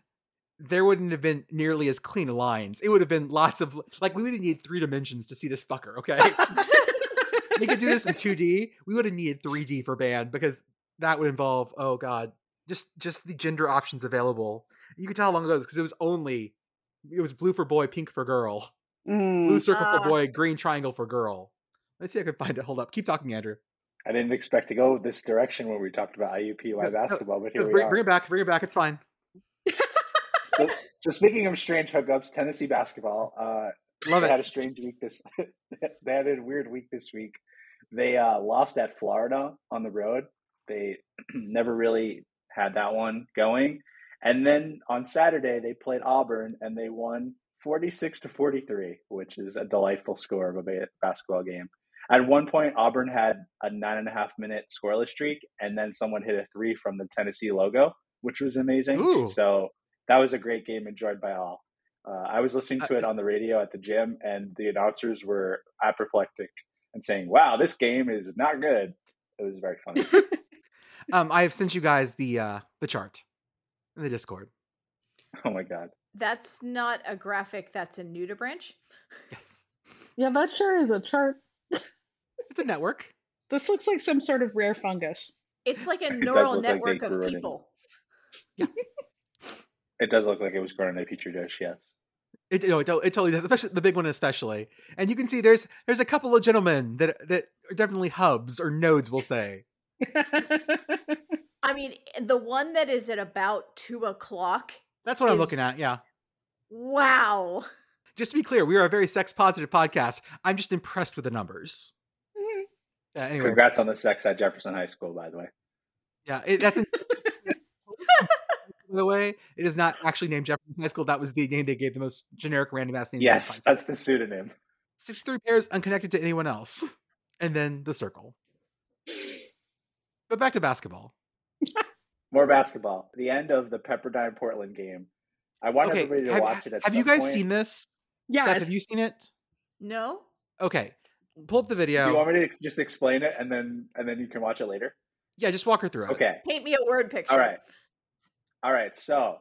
there wouldn't have been nearly as clean lines. It would have been lots of like we would have needed three dimensions to see this fucker. Okay, they could do this in two D. We would have needed three D for band because that would involve oh god, just just the gender options available. You could tell how long ago because it was only it was blue for boy, pink for girl, blue
Mm,
circle
Ah.
for boy, green triangle for girl. Let's see if I can find it. Hold up. Keep talking, Andrew.
I didn't expect to go this direction when we talked about IUPUI
No, no,
basketball, but here
No,
we
bring,
are.
bring it back. Bring it back. It's fine.
So, so speaking of strange hookups, Tennessee basketball, uh,
Love
they had
it.
a strange week this. they had a weird week this week. They uh, lost at Florida on the road. They never really had that one going. And then on Saturday they played Auburn and they won 46 to 43, which is a delightful score of a ba- basketball game. At one point, Auburn had a nine and a half minute scoreless streak, and then someone hit a three from the Tennessee logo, which was amazing.
Ooh.
So that was a great game, enjoyed by all. Uh, I was listening to
Uh,
it on the radio at the gym, and the announcers were apoplectic and saying, "Wow, this game is not good." It was very funny.
Um, I have sent you guys the uh the chart in the Discord.
oh my god!
That's not a graphic. That's a Nuda branch.
Yes.
Yeah, that sure is a chart.
It's a network.
This looks like some sort of rare fungus.
It's like a
does
neural
look like they
network of
grew it in.
people.
It does look like it was grown in a petri dish. Yes.
It, no, it, to- it totally does, especially the big one, especially. And you can see there's there's a couple of gentlemen that that are definitely hubs or nodes, we'll say.
I mean, the one that is at about two o'clock.
That's what I'm
Is-
looking at. Yeah.
Wow.
Just to be clear, we are a very sex positive podcast. I'm just impressed with the numbers. Uh, anyway,
Congrats on the sex at Jefferson High School, by the way.
yeah, it, that's in- by the way, it is not actually named Jefferson High School. That was the name they gave the most generic random ass name. to high
Yes,
school.
that's the pseudonym.
63 pairs unconnected to anyone else. And then the circle. But back to basketball.
More basketball. The end of the Pepperdine Portland game. I want
okay,
everybody to
have,
watch it. At
have you
some
guys
point.
seen this?
yeah,
Beth, have you seen it?
No.
Okay, pull up the
Do
video.
you want me to ex- just explain it and then and then you can watch it later?
yeah, just walk her through it.
Okay.
Paint me a word picture.
All right. All right. So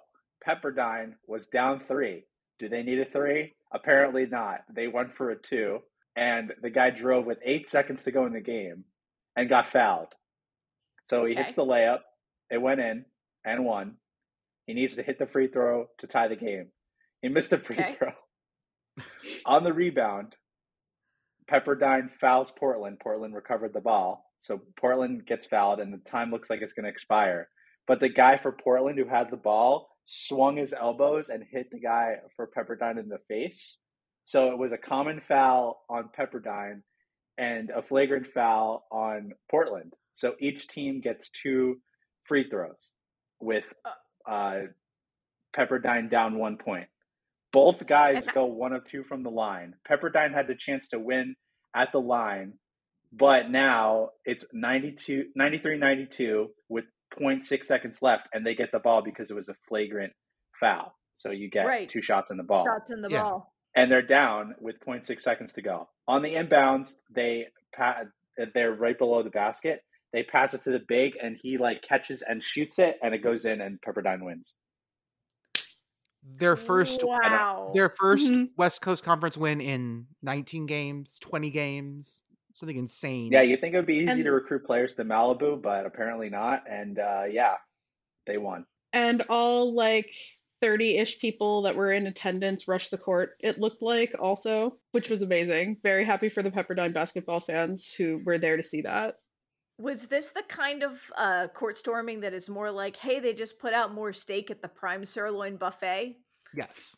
Pepperdine was down three. Do they need a three? Apparently not. They went for a two, and the guy drove with eight seconds to go in the game and got fouled. So he
Okay.
hits the layup. It went in and won. He needs to hit the free throw to tie the game. He missed the free
Okay.
throw. On the rebound, Pepperdine fouls Portland. Portland recovered the ball. So Portland gets fouled, and the time looks like it's going to expire. But the guy for Portland who had the ball swung his elbows and hit the guy for Pepperdine in the face. So it was a common foul on Pepperdine and a flagrant foul on Portland. So each team gets two free throws with uh, Pepperdine down one point. Both guys
And-
go one of two from the line. Pepperdine had the chance to win at the line, but now it's 92, 93 92 with 0.6 seconds left, and they get the ball because it was a flagrant foul. So you get
Right.
two shots in the ball
Shots in the
Yeah.
ball.
and they're down with 0.6 seconds to go. On the inbounds, they pa- they're right below the basket. They pass it to the big, and he like catches and shoots it, and it goes in, and Pepperdine wins.
Their first,
Wow.
their 1st
Mhm.
West Coast Conference win in 19 games, 20 games, something insane.
Yeah, you think it would be easy
And-
to recruit players to Malibu, but apparently not. And uh, yeah, they won.
and all like 30-ish people that were in attendance rushed the court it looked like also which was amazing very happy for the pepperdine basketball fans who were there to see that
Was this the kind of uh, court storming that is more like, hey, they just put out more steak at the prime sirloin buffet?
Yes.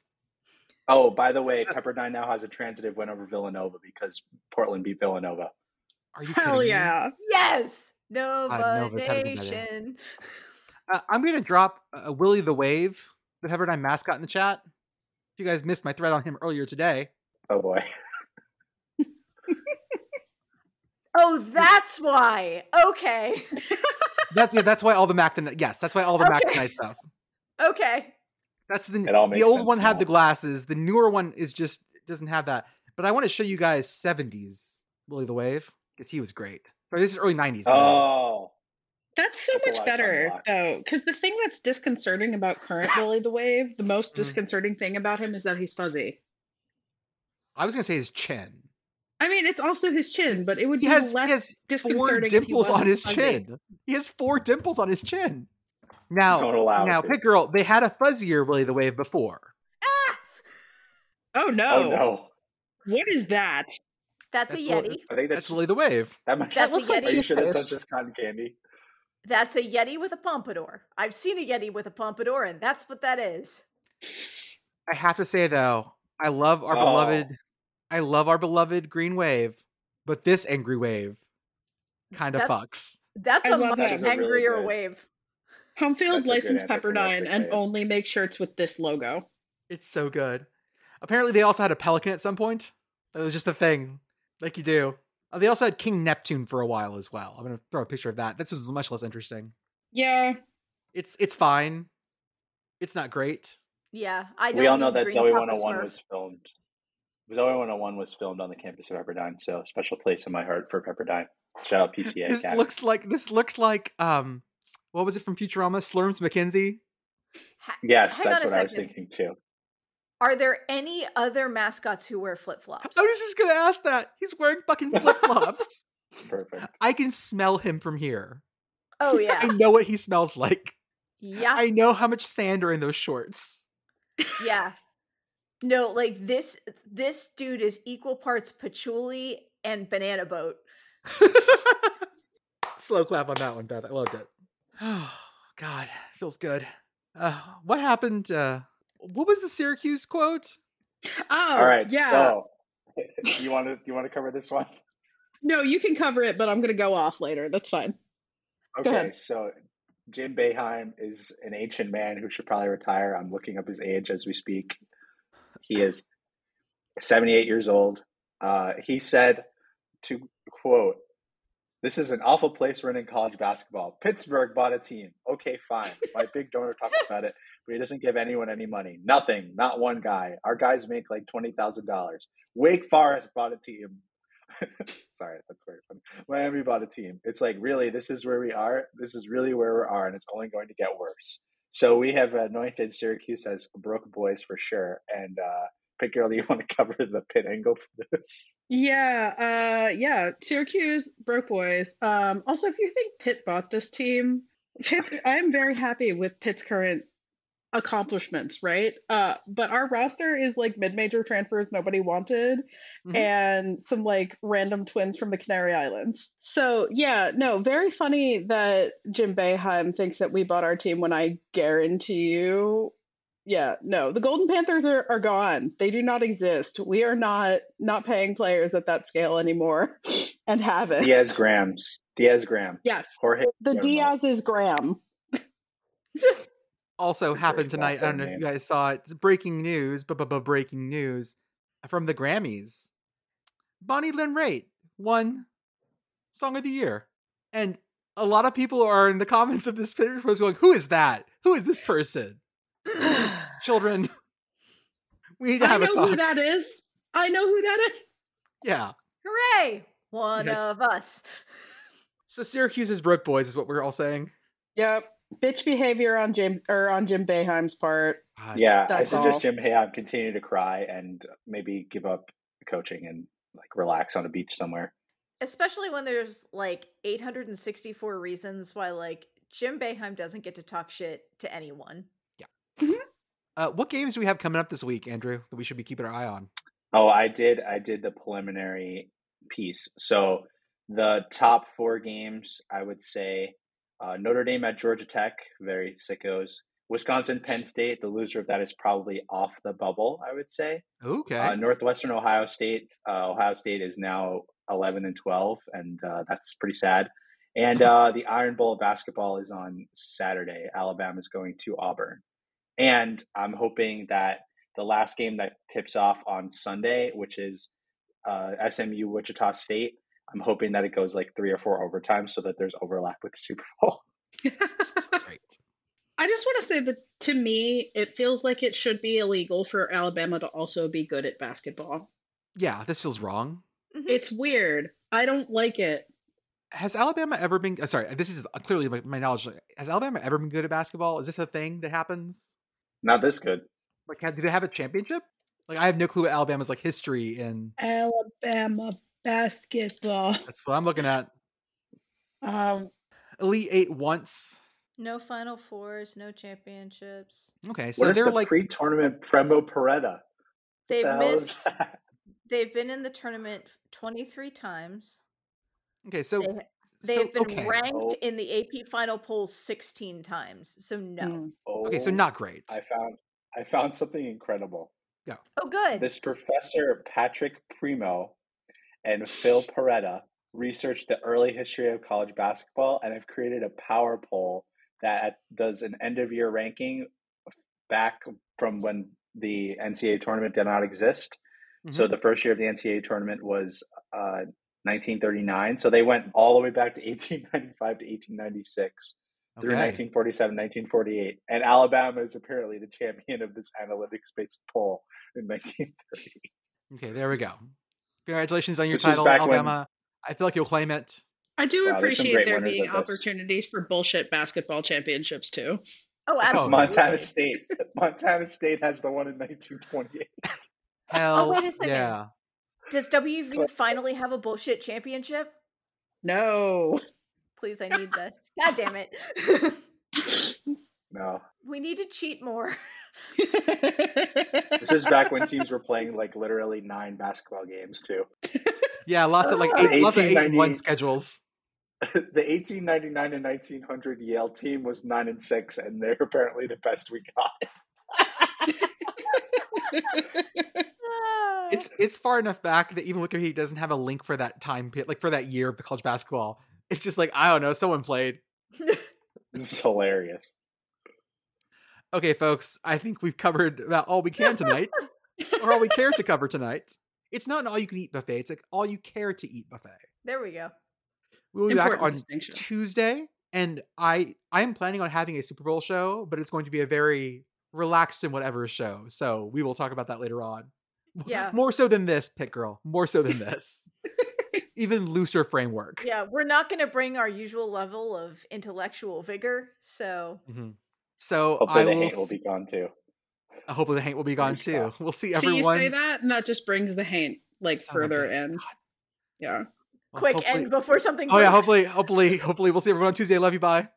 Oh, by the way, Pepperdine now has a transitive win over Villanova because Portland beat Villanova.
Are you
hell
kidding me?
yeah
Yes. Nova
Nova's had a good idea.
Nation.
Uh, I'm going to drop uh, Willie the Wave, the Pepperdine mascot, in the chat. If you guys missed my thread on him earlier today,
Oh boy,
Oh, that's why. Okay.
that's yeah, that's why all the Mac, the, yes, that's why all the Mac the
Okay.
Knight stuff.
Okay.
That's the
It all
the
makes
old
sense
one had the
now.
glasses. The newer one is just doesn't have that. But I want to show you guys '70s Willie the Wave because he was great. Sorry, this is early '90s. my bad.
oh,
that's so
That's a
much
lot of
better
sunblock.
though because the thing that's disconcerting about current willie the wave the most
Mhm.
disconcerting thing about him is that he's fuzzy
I was gonna say his chin.
i mean it's also his chin
He's-
but it would
He
be
has he
less
has four
disconcerting if he
dimples on
wasn't
his
fuzzy.
chin. He has four dimples on his chin. Now,
don't allow.
now,
it.
Pit Girl, they had a fuzzier Willie the Wave before.
Ah,
oh no
oh no,
what is that
that's,
That's
a
what-
Yeti.
I think that's
That's Willie the Wave.
that much.
That's a
looks like
Are you
Yeti.
sure that's not
fish.
just cotton candy?
That's a Yeti with a pompadour. I've seen a Yeti with a pompadour, and that's what that is.
I have to say though, I love our
Oh.
beloved, I love our beloved Green Wave, but this angry wave kind of
That's-
fucks.
That's
I
a
love that.
much
That is a
really
angrier
good-
wave.
Homefield
That's a good
licensed
anthropomorphic
Pepperdine and
wave.
only make shirts with this logo.
It's so good. Apparently, they also had a pelican at some point. It was just a thing, like you do. Uh, They also had King Neptune for a while as well. I'm gonna throw a picture of that. This was much less interesting.
Yeah,
It's it's fine. It's not great.
Yeah, I don't
We all know
need
that
green
Zoe
Papa
101
Smurf.
was filmed. Zoe 101 was filmed on the campus of Pepperdine, so special place in my heart for Pepperdine. Shout out PCA
this
Academy.
looks like this looks like um, what was it from Futurama? Slurms McKenzie.
Ha-
yes,
Hang on
that's
a
what I was
second.
thinking too.
Are there any other mascots who wear flip flops?
I was just gonna ask that. He's wearing fucking flip flops.
Perfect.
I can smell him from here.
Oh
I
yeah,
know what he smells like.
yeah,
I know how much sand are in those shorts.
yeah. No, like this this dude is equal parts patchouli and banana boat.
Slow clap on that one, Beth. I loved it. Oh God, feels good. Uh, what happened? Uh, what was the Syracuse quote?
Oh,
All right.
yeah.
So you want to you want to cover this one?
No, you can cover it, but I'm gonna go off later. That's fine.
Okay.
ahead.
So Jim Beheim is an ancient man who should probably retire. I'm looking up his age as we speak. He is 78 years old. Uh, he said, to quote, this is an awful place running college basketball. Pittsburgh bought a team. Okay, fine. My big donor talks about it, but he doesn't give anyone any money. Nothing. Not one guy. Our guys make like $20,000. Wake Forest bought a team. Sorry, that's very funny. Miami bought a team. It's like, really, this is where we are. This is really where we are, and it's only going to get worse. So we have anointed Syracuse as Brook Boys for sure. And uh, Pit Girl, do you want to cover the pit angle to this?
Yeah, uh, yeah. Syracuse broke boys. Um, also, if you think Pitt bought this team, Pitt, I am very happy with Pitt's current accomplishments, right? Uh, but our roster is like mid-major transfers nobody wanted,
Mhm.
and some like random twins from the Canary Islands. So yeah, no, very funny that Jim Beheim thinks that we bought our team when I guarantee you yeah, no, the Golden Panthers are, are gone. They do not exist. We are not not paying players at that scale anymore, and haven't.
Diaz Grams. Diaz Graham.
Yes,
Jorge.
the
Guillermo.
Diaz is Graham.
Also
It's a
happened
great
tonight. I don't
background
know if you
name.
guys saw it. It's breaking news. But breaking news from the Grammys. Bonnie Lynn Raitt won Song of the Year, and a lot of people are in the comments of this Twitter post going, "Who is that? Who is this person?"
I
Children, we need to have
know
a talk.
who that is. I know who that is.
yeah.
Hooray! One
Yeah.
of us.
So Syracuse's broke boys is what we're all saying.
Yep, bitch behavior on Jim or on Jim Beheim's part.
God.
Yeah,
That's
I suggest
all.
Jim Hayab continue to cry and maybe give up coaching and like relax on a beach somewhere.
Especially when there's like 864 reasons why like Jim Beheim doesn't get to talk shit to anyone.
Uh, what games do we have coming up this week, Andrew? That we should be keeping our eye on.
Oh, I did. I did the preliminary piece. So the top four games, I would say uh, Notre Dame at Georgia Tech, very sickos. Wisconsin, Penn State, the loser of that is probably off the bubble, I would say.
Okay.
Uh, Northwestern Ohio State. Uh, Ohio State is now 11 and 12, and uh, that's pretty sad. And uh, the Iron Bowl of basketball is on Saturday. Alabama's going to Auburn. And I'm hoping that the last game that tips off on Sunday, which is uh, SMU Wichita State, I'm hoping that it goes like three or four overtime so that there's overlap with the Super Bowl.
Great.
I just want to say that to me, it feels like it should be illegal for Alabama to also be good at basketball.
Yeah, this feels wrong.
It's weird. I don't like it.
Has Alabama ever been? uh, Sorry, this is clearly my, my knowledge. Has Alabama ever been good at basketball? Is this a thing that happens?
Not this good.
Like, have, do they have a championship? Like, I have no clue what Alabama's like history in.
Alabama basketball.
That's what I'm looking at.
Um,
Elite Eight once.
No Final Fours, no championships.
Okay, so
Where's
they're
the
like
pre-tournament Premo Peretta?
They've
The hell is
missed.
that?
They've been in the tournament 23 times.
okay. So
They,
so,
they've been
okay.
ranked
Oh.
in the AP final poll 16 times. So no.
Hmm.
mm.
Okay, so
Oh.
not great.
I found I found something incredible.
Oh, good.
This professor Patrick Primo and Phil Peretta researched the early history of college basketball and have created a power poll that does an end of year ranking back from when the NCAA tournament did not exist. So the first year of the NCAA tournament was uh, 1939. So they went all the way back to 1895 to 1896 through
Okay.
1947, 1948. And Alabama is apparently the champion of this analytics based poll in 1930.
Okay, there we go. Congratulations on your
This was
title,
back when-
Alabama. I feel like you'll claim it.
I do
Wow, there's some
appreciate
great
there
winners
being
at this.
opportunities for bullshit basketball championships too.
Oh, absolutely.
Montana State. Montana State has the one in 1928.
Hell
Oh, wait a second.
yeah.
Does WVU finally have a bullshit championship?
No.
Please, I need this. God damn it.
No.
we need to cheat more.
This is back when teams were playing like literally nine basketball games, too.
Yeah, lots of like
Oh,
Uh,
eight, lots of eight and one
1890.
schedules.
the 1899 and 1900 Yale team was 9 and 6, and they're apparently the best we got.
Ah.
It's it's far enough back that even Wikipedia doesn't have a link for that time period, like for that year of the college basketball. It's just like I don't know, someone played.
This is hilarious.
Okay, folks, I think we've covered about all we can tonight, or all we care to cover tonight. It's not an all you can eat buffet; it's like all you care to eat buffet.
there we go.
We'll be back
Important
on
distinction.
Tuesday, and I I am planning on having a Super Bowl show, but it's going to be a very relaxed and whatever show. So we will talk about that later on. M-
Yeah.
More so than this, Pit Girl. More so than this. Even looser framework.
Yeah, we're not going to bring our usual level of intellectual vigor. So,
Mhm. So
Hopefully,
I
the
will.
hate will
s- uh,
be gone too.
hopefully the Hank will be gone
Nice job.
too. We'll see
Can you say
everyone.
that? And that just brings the haint like
Son of a
further
bitch.
in.
God.
Yeah.
Well,
quick
hopefully-
and before something.
Oh yeah,
breaks.
hopefully, hopefully, hopefully we'll see everyone on Tuesday. Love you. Bye.